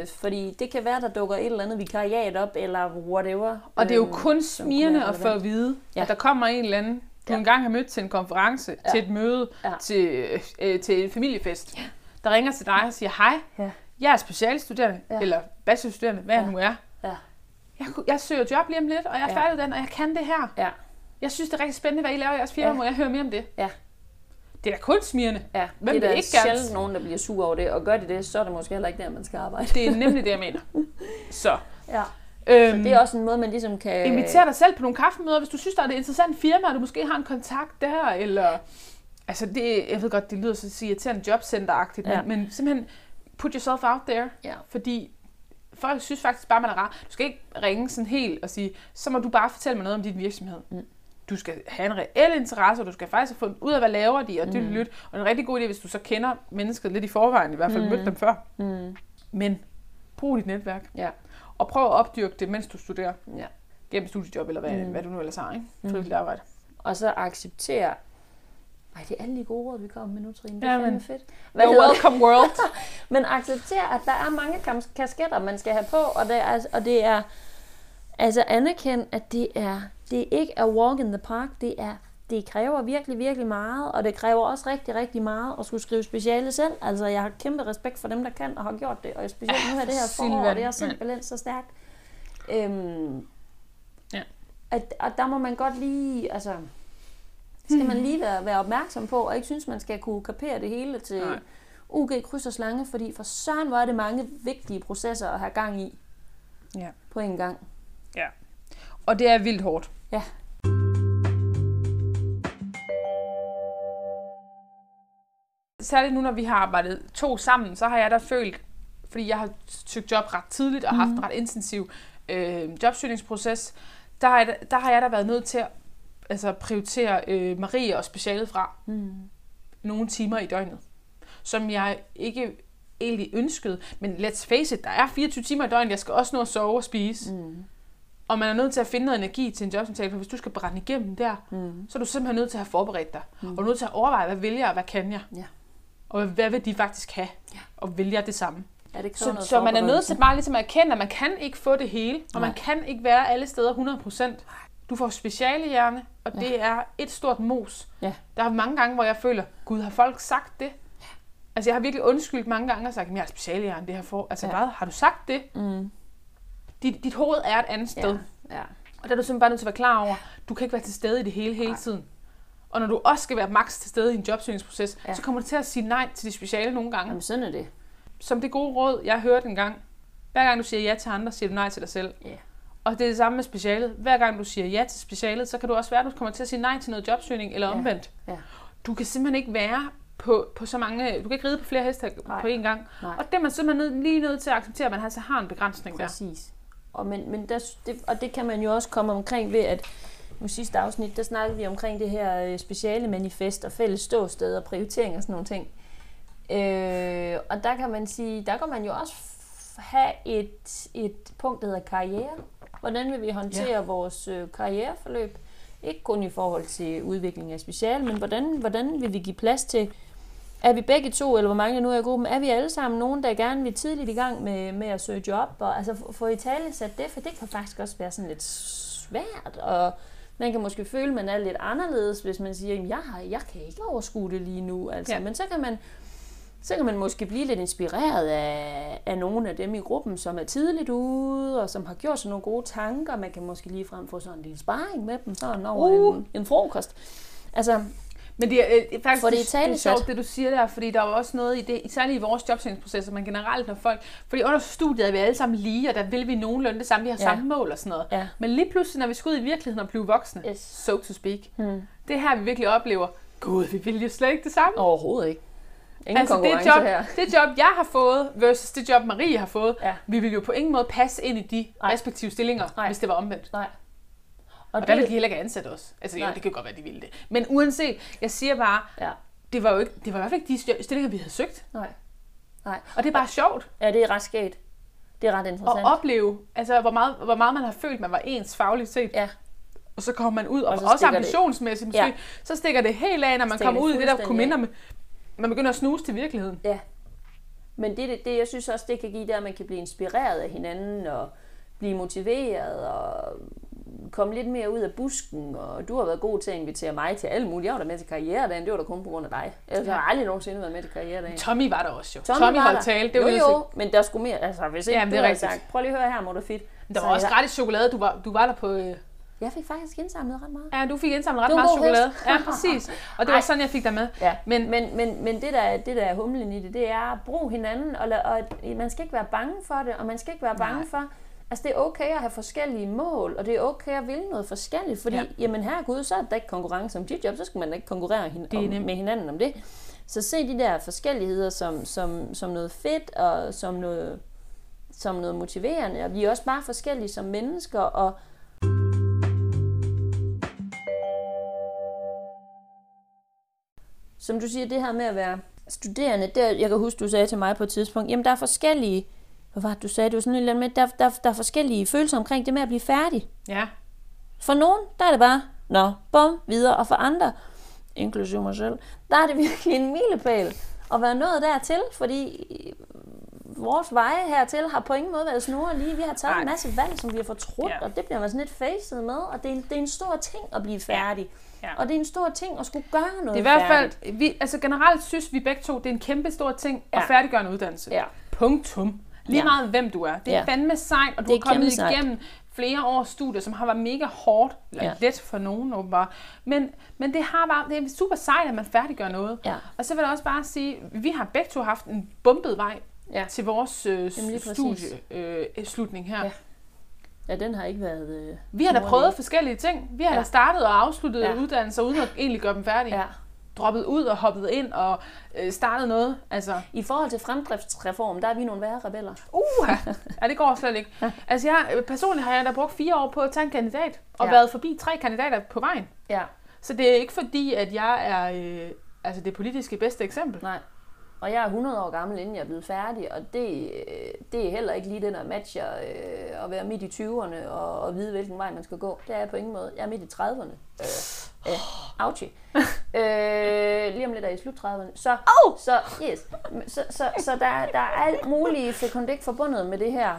[SPEAKER 4] Øh, fordi det kan være, der dukker et eller andet vikariat op, eller whatever.
[SPEAKER 3] Og det er jo
[SPEAKER 4] Øhm,
[SPEAKER 3] kun
[SPEAKER 4] som kunne være
[SPEAKER 3] smirende at få
[SPEAKER 4] relevant.
[SPEAKER 3] at vide,
[SPEAKER 4] Ja.
[SPEAKER 3] ja. at der kommer en eller anden, du
[SPEAKER 4] Ja.
[SPEAKER 3] engang har mødt til en konference,
[SPEAKER 4] Ja.
[SPEAKER 3] ja. til et møde,
[SPEAKER 4] Ja.
[SPEAKER 3] ja. til, øh, til en familiefest, ja. der ringer til dig og siger, hej,
[SPEAKER 4] Ja.
[SPEAKER 3] jeg er specialstuderende,
[SPEAKER 4] Ja.
[SPEAKER 3] ja. eller bachelorstuderende, hvad ja. jeg nu er.
[SPEAKER 4] Ja.
[SPEAKER 3] Jeg, ku- jeg søger job lige om lidt, og jeg er
[SPEAKER 4] Ja.
[SPEAKER 3] ja. færdiguddannet, og jeg kan det her.
[SPEAKER 4] Ja.
[SPEAKER 3] Jeg synes, det er rigtig spændende, hvad I laver i jeres firma,
[SPEAKER 4] Ja.
[SPEAKER 3] ja. må jeg høre mere om det?
[SPEAKER 4] Ja.
[SPEAKER 3] Det er da kun smirende.
[SPEAKER 4] Ja,
[SPEAKER 3] Hvem
[SPEAKER 4] det er
[SPEAKER 3] vil
[SPEAKER 4] der
[SPEAKER 3] ikke gerne-
[SPEAKER 4] sjældent nogen, der bliver sur over det, og gør de det, så er det måske heller ikke der, man skal arbejde.
[SPEAKER 3] Det er nemlig det, jeg mener. Så,
[SPEAKER 4] Ja.
[SPEAKER 3] øhm,
[SPEAKER 4] Det er også en måde, man ligesom kan...
[SPEAKER 3] Inviter dig selv på nogle kaffemøder, hvis du synes, der er et interessant firma, og du måske har en kontakt der, eller... Altså, det, jeg ved godt, det lyder så irriterende jobcenteragtigt,
[SPEAKER 4] Ja.
[SPEAKER 3] ja. men, men simpelthen put yourself out there,
[SPEAKER 4] Ja.
[SPEAKER 3] fordi folk synes faktisk bare, man er rar. Du skal ikke ringe sådan helt og sige, så må du bare fortælle mig noget om din virksomhed. Mm. Du skal have en reel interesse, og du skal faktisk have fundet ud af, hvad laver de, og det mm. lyt. Og en rigtig god idé, hvis du så kender mennesket lidt i forvejen, i hvert fald mm. mødt dem før. Mm. Men brug dit netværk,
[SPEAKER 4] Ja.
[SPEAKER 3] og prøv at opdyrke det, mens du studerer
[SPEAKER 4] ja.
[SPEAKER 3] gennem studiejob, eller hvad, mm. hvad du nu ellers har, ikke? Frivilligt arbejde.
[SPEAKER 4] Og så acceptere, det er alle de gode råd, vi kommer med nu, Trine. Det er
[SPEAKER 3] Jamen.
[SPEAKER 4] fandme fedt. Hvad
[SPEAKER 3] You're
[SPEAKER 4] hedder det?
[SPEAKER 3] welcome world.
[SPEAKER 4] Men accepter, at der er mange kam- kasketter, man skal have på, og det er, og det er altså anerkend, at det er, det er ikke er walk in the park, det er det kræver virkelig, virkelig meget, og det kræver også rigtig, rigtig meget at skulle skrive speciale selv. Altså, jeg har kæmpe respekt for dem, der kan og har gjort det, og specielt nu her det her forår,
[SPEAKER 3] Silvan,
[SPEAKER 4] og det er
[SPEAKER 3] mand.
[SPEAKER 4] simpelthen så stærkt. Øhm,
[SPEAKER 3] Ja.
[SPEAKER 4] at, og der må man godt lige, altså, skal man lige være, være opmærksom på, og ikke synes, man skal kunne kapere det hele til
[SPEAKER 3] Nej.
[SPEAKER 4] UG kryds og slange, fordi for søren var det mange vigtige processer at have gang i
[SPEAKER 3] Ja.
[SPEAKER 4] på en gang.
[SPEAKER 3] Og det er vildt hårdt.
[SPEAKER 4] Ja.
[SPEAKER 3] Særligt nu, når vi har arbejdet to sammen, så har jeg da følt, fordi jeg har søgt job ret tidligt og
[SPEAKER 4] Mhm.
[SPEAKER 3] haft en ret intensiv øh, jobsøgningsproces, der har, jeg, da- der har jeg da været nødt til at altså, prioritere øh, Marie og specialet fra
[SPEAKER 4] Mm.
[SPEAKER 3] nogle timer i døgnet, som jeg ikke egentlig ønskede. Men let's face it, der er 24 timer i døgnet, jeg skal også nå at sove og spise.
[SPEAKER 4] Mm.
[SPEAKER 3] Og man er nødt til at finde noget energi til en jobsamtale, for hvis du skal brænde igennem der,
[SPEAKER 4] Mm.
[SPEAKER 3] så er du simpelthen nødt til at have forberedt dig. Mm. Og du er nødt til at overveje, hvad vil jeg, og hvad kan jeg?
[SPEAKER 4] Ja.
[SPEAKER 3] Og hvad vil de faktisk have? Ja. Og vil jeg det samme?
[SPEAKER 4] Ja, det kræver
[SPEAKER 3] Så,
[SPEAKER 4] noget
[SPEAKER 3] så man er nødt
[SPEAKER 4] forberedelse.
[SPEAKER 3] til bare ligesom at erkende, at man kan ikke få det hele, og
[SPEAKER 4] Nej.
[SPEAKER 3] man kan ikke være alle steder 100%. Du får specialehjerne, og ja. det er et stort mos.
[SPEAKER 4] Ja.
[SPEAKER 3] Der er mange gange, hvor jeg føler, gud, har folk sagt det? Altså, jeg har virkelig undskyldt mange gange og sagt, at jeg har specialehjerne, det her for. Altså,
[SPEAKER 4] Ja.
[SPEAKER 3] ja. hvad? Har du sagt det?
[SPEAKER 4] Mm.
[SPEAKER 3] Dit, dit hoved er et andet sted. Ja.
[SPEAKER 4] Ja.
[SPEAKER 3] Og der er du simpelthen bare nødt til at være klar over, du kan ikke være til stede i det hele hele tiden. Og når du også skal være maks til stede i en jobsøgningsproces,
[SPEAKER 4] Ja.
[SPEAKER 3] ja. så kommer du til at sige nej til de speciale nogle gange.
[SPEAKER 4] Jamen, sådan er det.
[SPEAKER 3] Som det gode råd, jeg hørte engang. Hver gang du siger ja til andre, siger du nej til dig selv.
[SPEAKER 4] Ja.
[SPEAKER 3] Og det er det samme med specialet. Hver gang du siger ja til specialet, så kan du også være, at du kommer til at sige nej til noget jobsøgning eller
[SPEAKER 4] Ja.
[SPEAKER 3] omvendt.
[SPEAKER 4] Ja.
[SPEAKER 3] Du kan simpelthen ikke være på, på så mange... Du kan ikke ride på flere heste
[SPEAKER 4] Nej.
[SPEAKER 3] på én gang.
[SPEAKER 4] Nej.
[SPEAKER 3] Og det er man simpelthen nød- lige nødt til at acceptere, at man altså har en begrænsning der.
[SPEAKER 4] Præcis. Og, men, men der, det, og det kan man jo også komme omkring ved, at nu sidste afsnit, der snakkede vi omkring det her øh, speciale manifest og fælles ståsted og prioritering og sådan nogle ting. Øh, og der kan man sige, der kan man jo også f- have et, et punkt, der hedder karriere. Hvordan vil vi håndtere ja. vores øh, karriereforløb? Ikke kun i forhold til udvikling af speciale, men hvordan, hvordan vil vi give plads til er vi begge to, eller hvor mange der nu er i gruppen, er vi alle sammen nogen, der gerne vil tidligt i gang med, med at søge job? Og altså få- få i tale sat det, for det kan faktisk også være sådan lidt svært, og man kan måske føle, at man er lidt anderledes, hvis man siger, at jeg, har- jeg kan ikke overskue det lige nu. Altså. Ja.
[SPEAKER 3] Ja.
[SPEAKER 4] Men så kan, man, så kan man måske blive lidt inspireret af, af nogle af dem i gruppen, som er tidligt ude, og som har gjort sig nogle gode tanker. Man kan måske lige frem få sådan en lille sparring med dem, sådan over uh.
[SPEAKER 3] Uh.
[SPEAKER 4] en, en frokost. Altså,
[SPEAKER 3] Men det er øh, faktisk
[SPEAKER 4] Får det
[SPEAKER 3] det, det er
[SPEAKER 4] italesat.
[SPEAKER 3] sjovt, det du siger der, fordi der er jo også noget i det, særligt i vores jobsøgningsprocesser, men generelt når folk, fordi under studiet er vi alle sammen lige, og der vil vi nogenlunde det samme, vi har
[SPEAKER 4] Ja.
[SPEAKER 3] ja. samme mål og sådan noget.
[SPEAKER 4] Ja.
[SPEAKER 3] Men lige pludselig, når vi skal ud i virkeligheden og blive voksne,
[SPEAKER 4] Yes.
[SPEAKER 3] so to speak, hmm. det er her, vi virkelig oplever, gud, vi vil jo slet ikke det samme.
[SPEAKER 4] overhovedet ikke. Ingen altså,
[SPEAKER 3] altså det
[SPEAKER 4] konkurrence
[SPEAKER 3] job,
[SPEAKER 4] her.
[SPEAKER 3] det job, jeg har fået, versus det job, Marie har fået,
[SPEAKER 4] Ja.
[SPEAKER 3] vi vil jo på ingen måde passe ind i de
[SPEAKER 4] Nej.
[SPEAKER 3] respektive stillinger,
[SPEAKER 4] Nej.
[SPEAKER 3] Nej. hvis det var omvendt.
[SPEAKER 4] Nej.
[SPEAKER 3] Og, og der vil de heller ikke ansætte os. Altså, jo,
[SPEAKER 4] Nej.
[SPEAKER 3] det kan godt være, de ville det. Men uanset, jeg siger bare,
[SPEAKER 4] Ja,
[SPEAKER 3] det var jo ikke, det var i hvert fald ikke de stjø- stillinger, vi havde søgt.
[SPEAKER 4] nej. Nej.
[SPEAKER 3] Og det er bare sjovt
[SPEAKER 4] Ja, det er ret skægt. Det er ret
[SPEAKER 3] at
[SPEAKER 4] interessant.
[SPEAKER 3] opleve, altså hvor meget, hvor meget man har følt, man var ens fagligt set.
[SPEAKER 4] Ja.
[SPEAKER 3] Og så kommer man ud, og,
[SPEAKER 4] Og så
[SPEAKER 3] og også
[SPEAKER 4] stikker det-
[SPEAKER 3] ambitionsmæssigt måske,
[SPEAKER 4] Ja.
[SPEAKER 3] ja. så stikker det helt af, når man
[SPEAKER 4] Stikker
[SPEAKER 3] kommer
[SPEAKER 4] det
[SPEAKER 3] ud i det, der kunne
[SPEAKER 4] fuldstændig
[SPEAKER 3] minde om, man begynder at snuse til virkeligheden.
[SPEAKER 4] Men det, det, det, jeg synes også, det kan give, det er, at man kan blive inspireret af hinanden, og blive motiveret, og komme lidt mere ud af busken, og du har været god til at invitere mig til alle mulige. Jeg var da med til karrieredagen, det var da kun på grund af dig. Ellers ja. har jeg aldrig nogensinde været med til karrieredagen.
[SPEAKER 3] Tommy var der også jo. Tommy, Tommy
[SPEAKER 4] var
[SPEAKER 3] holdt
[SPEAKER 4] der.
[SPEAKER 3] tale. Det
[SPEAKER 4] jo,
[SPEAKER 3] var
[SPEAKER 4] jo, men der skulle mere. Altså, hvis ikke
[SPEAKER 3] Jamen,
[SPEAKER 4] du
[SPEAKER 3] det er
[SPEAKER 4] havde
[SPEAKER 3] rigtigt.
[SPEAKER 4] sagt, prøv lige at høre her, mor fedt.
[SPEAKER 3] Der var også gratis chokolade. Du var, du var der på... Øh...
[SPEAKER 4] Jeg fik faktisk indsamlet ret meget.
[SPEAKER 3] Ja, du fik indsamlet ret
[SPEAKER 4] Det var
[SPEAKER 3] meget
[SPEAKER 4] en god
[SPEAKER 3] chokolade.
[SPEAKER 4] fest.
[SPEAKER 3] Ja, præcis. Og det var
[SPEAKER 4] Ej.
[SPEAKER 3] sådan, jeg fik dig med.
[SPEAKER 4] Ja, men,
[SPEAKER 3] Men-
[SPEAKER 4] men, men, men det, der, er- det, der er humlen i det, det er at bruge hinanden, og, la- og at man skal ikke være bange for det, og man skal ikke være bange Nej. for, altså det er okay at have forskellige mål, og det er okay at ville noget forskelligt, fordi, ja.
[SPEAKER 3] Ja.
[SPEAKER 4] jamen herregud, så er der ikke konkurrence om dit job, så skal man da ikke konkurrere hin-
[SPEAKER 3] er
[SPEAKER 4] om,
[SPEAKER 3] nemt.
[SPEAKER 4] med hinanden om det. Så se de der forskelligheder som, som, som noget fedt, og som noget, som noget motiverende, og vi er også bare forskellige som mennesker, og som du siger, det her med at være studerende, der, jeg kan huske, du sagde til mig på et tidspunkt, jamen der er forskellige, hvad var det, du sagde, du var sådan en eller anden med, der, der, der er forskellige følelser omkring det med at blive færdig.
[SPEAKER 3] Ja.
[SPEAKER 4] For nogen, der er det bare, nå, bum, videre, og for andre, inklusive mig selv, der er det virkelig en milepæl at være nået dertil, fordi vores veje hertil har på ingen måde været snore lige. Vi har taget Ej. en masse valg, som vi har fortrudt, ja. og det bliver man sådan lidt facet med, og det er en, det er en stor ting at blive færdig. Ja. Og det er en stor ting at skulle gøre noget
[SPEAKER 3] Det er i hvert
[SPEAKER 4] færdigt.
[SPEAKER 3] fald, vi, altså generelt synes vi begge to, det er en kæmpe stor ting at
[SPEAKER 4] Ja.
[SPEAKER 3] færdiggøre en uddannelse.
[SPEAKER 4] Ja.
[SPEAKER 3] Punktum. Lige
[SPEAKER 4] Ja.
[SPEAKER 3] meget hvem du er. Det er
[SPEAKER 4] Ja.
[SPEAKER 3] fandme sejt, og du
[SPEAKER 4] Det
[SPEAKER 3] er
[SPEAKER 4] er kæmpe
[SPEAKER 3] kommet
[SPEAKER 4] sejt.
[SPEAKER 3] igennem flere års studier, som har været mega hårdt, eller ja.
[SPEAKER 4] Ja.
[SPEAKER 3] let for nogen åbenbart. Men, men det, har bare, det er super sejt, at man færdiggør noget.
[SPEAKER 4] Ja.
[SPEAKER 3] Og så vil jeg også bare sige, vi har begge to haft en bumpet vej
[SPEAKER 4] Ja.
[SPEAKER 3] til vores øh,
[SPEAKER 4] Jamen, lige præcis.
[SPEAKER 3] studieslutning øh, slutning her. Ja.
[SPEAKER 4] Ja. Ja, den har ikke været... Øh,
[SPEAKER 3] Vi har da
[SPEAKER 4] snorlig.
[SPEAKER 3] prøvet forskellige ting. Vi har ja.
[SPEAKER 4] Ja.
[SPEAKER 3] da startet og afsluttet ja.
[SPEAKER 4] Ja.
[SPEAKER 3] uddannelser, uden at egentlig gøre dem færdige.
[SPEAKER 4] Ja.
[SPEAKER 3] droppet ud og hoppet ind og øh, startet noget. Altså,
[SPEAKER 4] I forhold til fremdriftsreform, der er vi nogle værre rebeller.
[SPEAKER 3] uh, ja, det går slet ikke. Altså, jeg, øh, personligt har jeg da brugt fire år på at tage en kandidat, og ja.
[SPEAKER 4] Ja.
[SPEAKER 3] været forbi tre kandidater på vejen.
[SPEAKER 4] Ja.
[SPEAKER 3] Så det er ikke fordi, at jeg er øh, altså det politiske bedste eksempel.
[SPEAKER 4] Nej. Og jeg er 100 år gammel, inden jeg er blevet færdig, og det, øh, det er heller ikke lige det, der matcher øh, at være midt i 20'erne og, og vide, hvilken vej man skal gå. Det er jeg på ingen måde. Jeg er midt i 30'erne. Øh, øh, ouchie. øh, lige om lidt er jeg i slut 30'erne. Så, oh! så, yes. så, så, så der, der er alt muligt fekundik forbundet med det her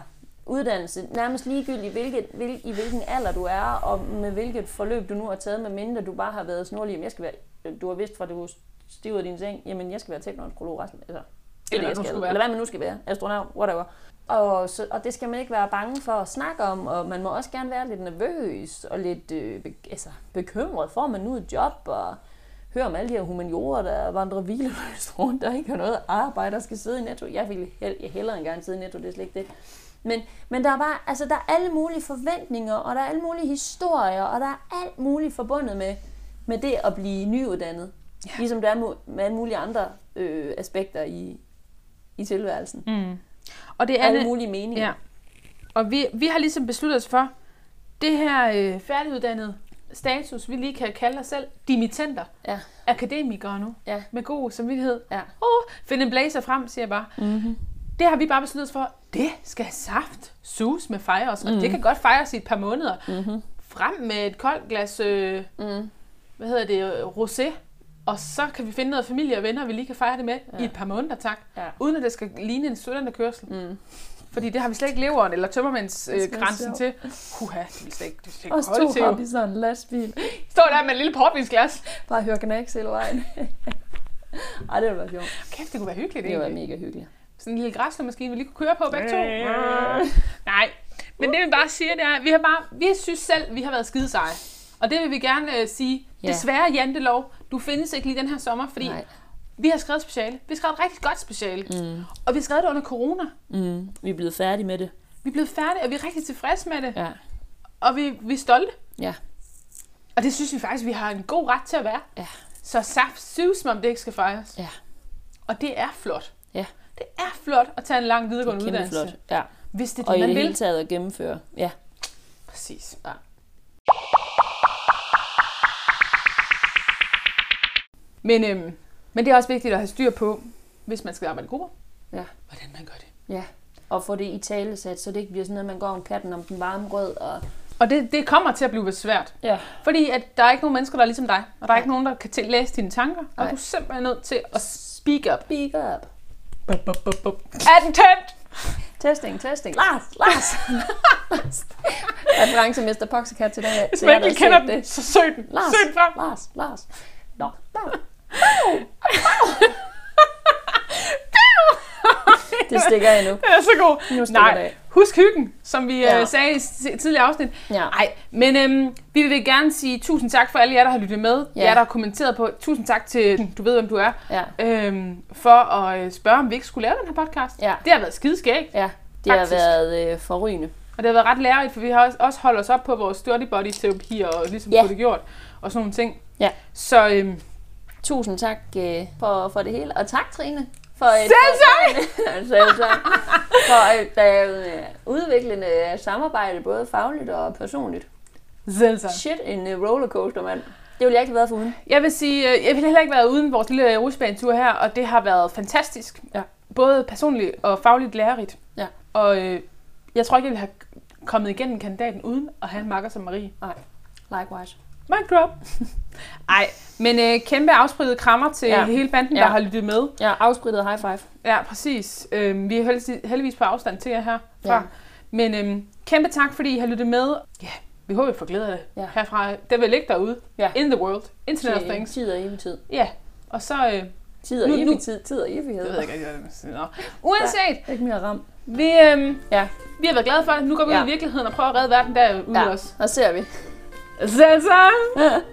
[SPEAKER 4] uddannelse. Nærmest ligegyldigt, hvilket, hvil, i hvilken alder du er, og med hvilket forløb du nu har taget, med mindre du bare har været snorlig. Jamen, Jeg skal være, du har vidst fra du stiv ud af din seng, jamen jeg skal være teknoantropolog resten. Altså, det
[SPEAKER 3] hvad
[SPEAKER 4] er det,
[SPEAKER 3] du
[SPEAKER 4] jeg skal.
[SPEAKER 3] skulle være.
[SPEAKER 4] Eller hvad man nu skal være. Astronaut, whatever. Og, så, og det skal man ikke være bange for at snakke om, og man må også gerne være lidt nervøs og lidt øh, be, altså, bekymret. Får man nu et job, og hører om alle de her humaniorer, der vandrer hvileløst rundt, der ikke har noget arbejde, der skal sidde i netto. Jeg vil hell, jeg hellere end gerne sidde i netto, det er slet ikke det. Men, men der er bare, altså der er alle mulige forventninger, og der er alle mulige historier, og der er alt muligt forbundet med, med det at blive nyuddannet. Ja. Ligesom der er mu- med alle mulige andre øh, aspekter i, i tilværelsen. Mm.
[SPEAKER 3] Og det er
[SPEAKER 4] Alle mulige meninger.
[SPEAKER 3] Ja. Og vi, vi har ligesom besluttet os for, det her øh, færdiguddannede status, vi lige kan kalde os selv, dimittenter,
[SPEAKER 4] Ja.
[SPEAKER 3] akademikere nu,
[SPEAKER 4] Ja.
[SPEAKER 3] med god samvittighed.
[SPEAKER 4] Ja. Mhm.
[SPEAKER 3] Oh, find en blazer frem, siger jeg bare. Mm-hmm. Det har vi bare besluttet os for, det skal saft sus med fejres, og mm.
[SPEAKER 4] Mhm.
[SPEAKER 3] det kan godt fejres i et par måneder. Mm-hmm. Frem med et koldt glas, øh,
[SPEAKER 4] Mhm.
[SPEAKER 3] mm. hvad hedder det, øh, rosé, og så kan vi finde noget familie og venner, vi lige kan fejre det med ja. i et par måneder, tak.
[SPEAKER 4] Ja.
[SPEAKER 3] Uden at det skal ligne en studenterkørsel. Mm. Fordi det har vi slet ikke leveren eller tømmermændsgrænsen øh, grænsen til. Huha, det er slet ikke, det er slet ikke holde til. jo.
[SPEAKER 4] i sådan en lastbil.
[SPEAKER 3] Stå der med et lille portvinsglas.
[SPEAKER 4] Bare høre knæks hele vejen. Ej, det ville være sjovt.
[SPEAKER 3] Kæft, det kunne være hyggeligt
[SPEAKER 4] Det var
[SPEAKER 3] egentlig.
[SPEAKER 4] mega hyggeligt.
[SPEAKER 3] Sådan en lille græslemaskine, vi lige kunne køre på begge to. Nej, men det vi bare siger, det er, at vi, har bare, vi synes selv, vi har været skide seje. Og det vil vi gerne øh, sige.
[SPEAKER 4] Ja.
[SPEAKER 3] Desværre, Jantelov, du findes ikke lige den her sommer, fordi
[SPEAKER 4] Nej.
[SPEAKER 3] vi har skrevet speciale. Vi har skrevet et rigtig godt speciale. Mm. Og vi har skrevet det under corona.
[SPEAKER 4] Mm. Vi er blevet færdige med det.
[SPEAKER 3] Vi er blevet færdige, og vi er rigtig tilfredse med det.
[SPEAKER 4] Ja.
[SPEAKER 3] Og vi, vi er stolte.
[SPEAKER 4] Ja.
[SPEAKER 3] Og det synes vi faktisk, vi har en god ret til at være.
[SPEAKER 4] Ja.
[SPEAKER 3] Så saft synes om det ikke skal fejres.
[SPEAKER 4] Ja.
[SPEAKER 3] Og det er flot.
[SPEAKER 4] Ja.
[SPEAKER 3] Det er flot at tage en lang videregående
[SPEAKER 4] Kæmpe
[SPEAKER 3] uddannelse.
[SPEAKER 4] flot. Ja.
[SPEAKER 3] Hvis det er
[SPEAKER 4] Og
[SPEAKER 3] det,
[SPEAKER 4] i
[SPEAKER 3] man
[SPEAKER 4] det
[SPEAKER 3] vil.
[SPEAKER 4] hele taget at gennemføre. Ja.
[SPEAKER 3] Præcis.
[SPEAKER 4] Ja.
[SPEAKER 3] Men, øhm, men det er også vigtigt at have styr på, hvis man skal arbejde i grupper,
[SPEAKER 4] Ja.
[SPEAKER 3] hvordan man gør det.
[SPEAKER 4] Ja. Og få det i talesat, så det ikke bliver sådan noget, man går om katten om den varme rød. Og...
[SPEAKER 3] Og det, det kommer til at blive svært.
[SPEAKER 4] Ja.
[SPEAKER 3] Fordi at der er ikke nogen mennesker, der er ligesom dig. Og der er ikke nogen, der kan til læse dine tanker. Og
[SPEAKER 4] Nej.
[SPEAKER 3] du er simpelthen nødt til at speak up.
[SPEAKER 4] Speak up.
[SPEAKER 3] Bup, bup, bup, bup. Er den tændt?
[SPEAKER 4] Testing, testing. Lars, Lars. Referencemester Poxycat til dag.
[SPEAKER 3] Hvis man ikke kender den, så søg den.
[SPEAKER 4] Lars,
[SPEAKER 3] Søg den frem.
[SPEAKER 4] Lars, Lars. Nå, der. Det stikker jeg nu.
[SPEAKER 3] Det er så god.
[SPEAKER 4] Nu stikker det
[SPEAKER 3] Nej,
[SPEAKER 4] af.
[SPEAKER 3] husk hyggen, som vi ja.
[SPEAKER 4] Ja.
[SPEAKER 3] øh, sagde i s- tidligere afsnit.
[SPEAKER 4] Ja.
[SPEAKER 3] Ej, men øhm, vi vil gerne sige tusind tak for alle jer, der har lyttet med. Ja.
[SPEAKER 4] Ja.
[SPEAKER 3] Jer, der har kommenteret på. Tusind tak til, du ved, hvem du er,
[SPEAKER 4] Ja.
[SPEAKER 3] øhm, for at øh, spørge, om vi ikke skulle lave den her podcast.
[SPEAKER 4] Ja.
[SPEAKER 3] Det har været skideskægt,
[SPEAKER 4] Ja, det har
[SPEAKER 3] Faktisk.
[SPEAKER 4] været øh, forrygende.
[SPEAKER 3] og det har været ret lærerigt, for vi har også- også holdt os op på vores dirty body terapi og ligesom
[SPEAKER 4] Ja.
[SPEAKER 3] få det gjort og sådan nogle ting.
[SPEAKER 4] Ja.
[SPEAKER 3] Så øhm,
[SPEAKER 4] Tusind tak øh, for, for det hele. Og tak, Trine. For et,
[SPEAKER 3] Selv
[SPEAKER 4] tak! Selv tak. For et øh, udviklende samarbejde, både fagligt og personligt.
[SPEAKER 3] selv tak.
[SPEAKER 4] Shit, en øh, rollercoaster, mand. Det ville jeg ikke have været foruden.
[SPEAKER 3] Jeg vil sige, øh, jeg ville heller ikke været uden vores lille øh, rusbanetur her, og det har været fantastisk.
[SPEAKER 4] Ja.
[SPEAKER 3] Både personligt og fagligt lærerigt.
[SPEAKER 4] Ja.
[SPEAKER 3] Og øh, jeg tror ikke, jeg ville have kommet igennem kandidaten uden at have en makker som Marie.
[SPEAKER 4] Nej, likewise.
[SPEAKER 3] Mic drop. Ej, men øh, kæmpe afspritede krammer til
[SPEAKER 4] Ja.
[SPEAKER 3] ja. hele banden, ja.
[SPEAKER 4] Ja.
[SPEAKER 3] der har lyttet med.
[SPEAKER 4] Ja, afsprittet high five.
[SPEAKER 3] Ja, præcis. Øhm, vi er heldigvis- heldigvis på afstand til jer her. Fra.
[SPEAKER 4] Ja.
[SPEAKER 3] Ja. Men øhm, kæmpe tak, fordi I har lyttet med. Ja, vi håber, I får glæde af det
[SPEAKER 4] Ja.
[SPEAKER 3] ja. herfra. Det vil ligge derude.
[SPEAKER 4] Ja.
[SPEAKER 3] In the world. Internet of things.
[SPEAKER 4] Tid og evig tid.
[SPEAKER 3] Ja, og så... Øh, det
[SPEAKER 4] Tid og
[SPEAKER 3] Nu-
[SPEAKER 4] evig
[SPEAKER 3] nu-
[SPEAKER 4] tid. Tid og evighed.
[SPEAKER 3] ved jeg ikke, rigtig, hvad jeg vil sige. Nå. Uanset, ja.
[SPEAKER 4] Ikke mere ram.
[SPEAKER 3] vi, øhm,
[SPEAKER 4] Ja.
[SPEAKER 3] vi har været glade for det. Nu går vi
[SPEAKER 4] Ja.
[SPEAKER 3] ud i virkeligheden og prøver at redde verden derude ja. også.
[SPEAKER 4] og ser vi.
[SPEAKER 3] Selv sammen!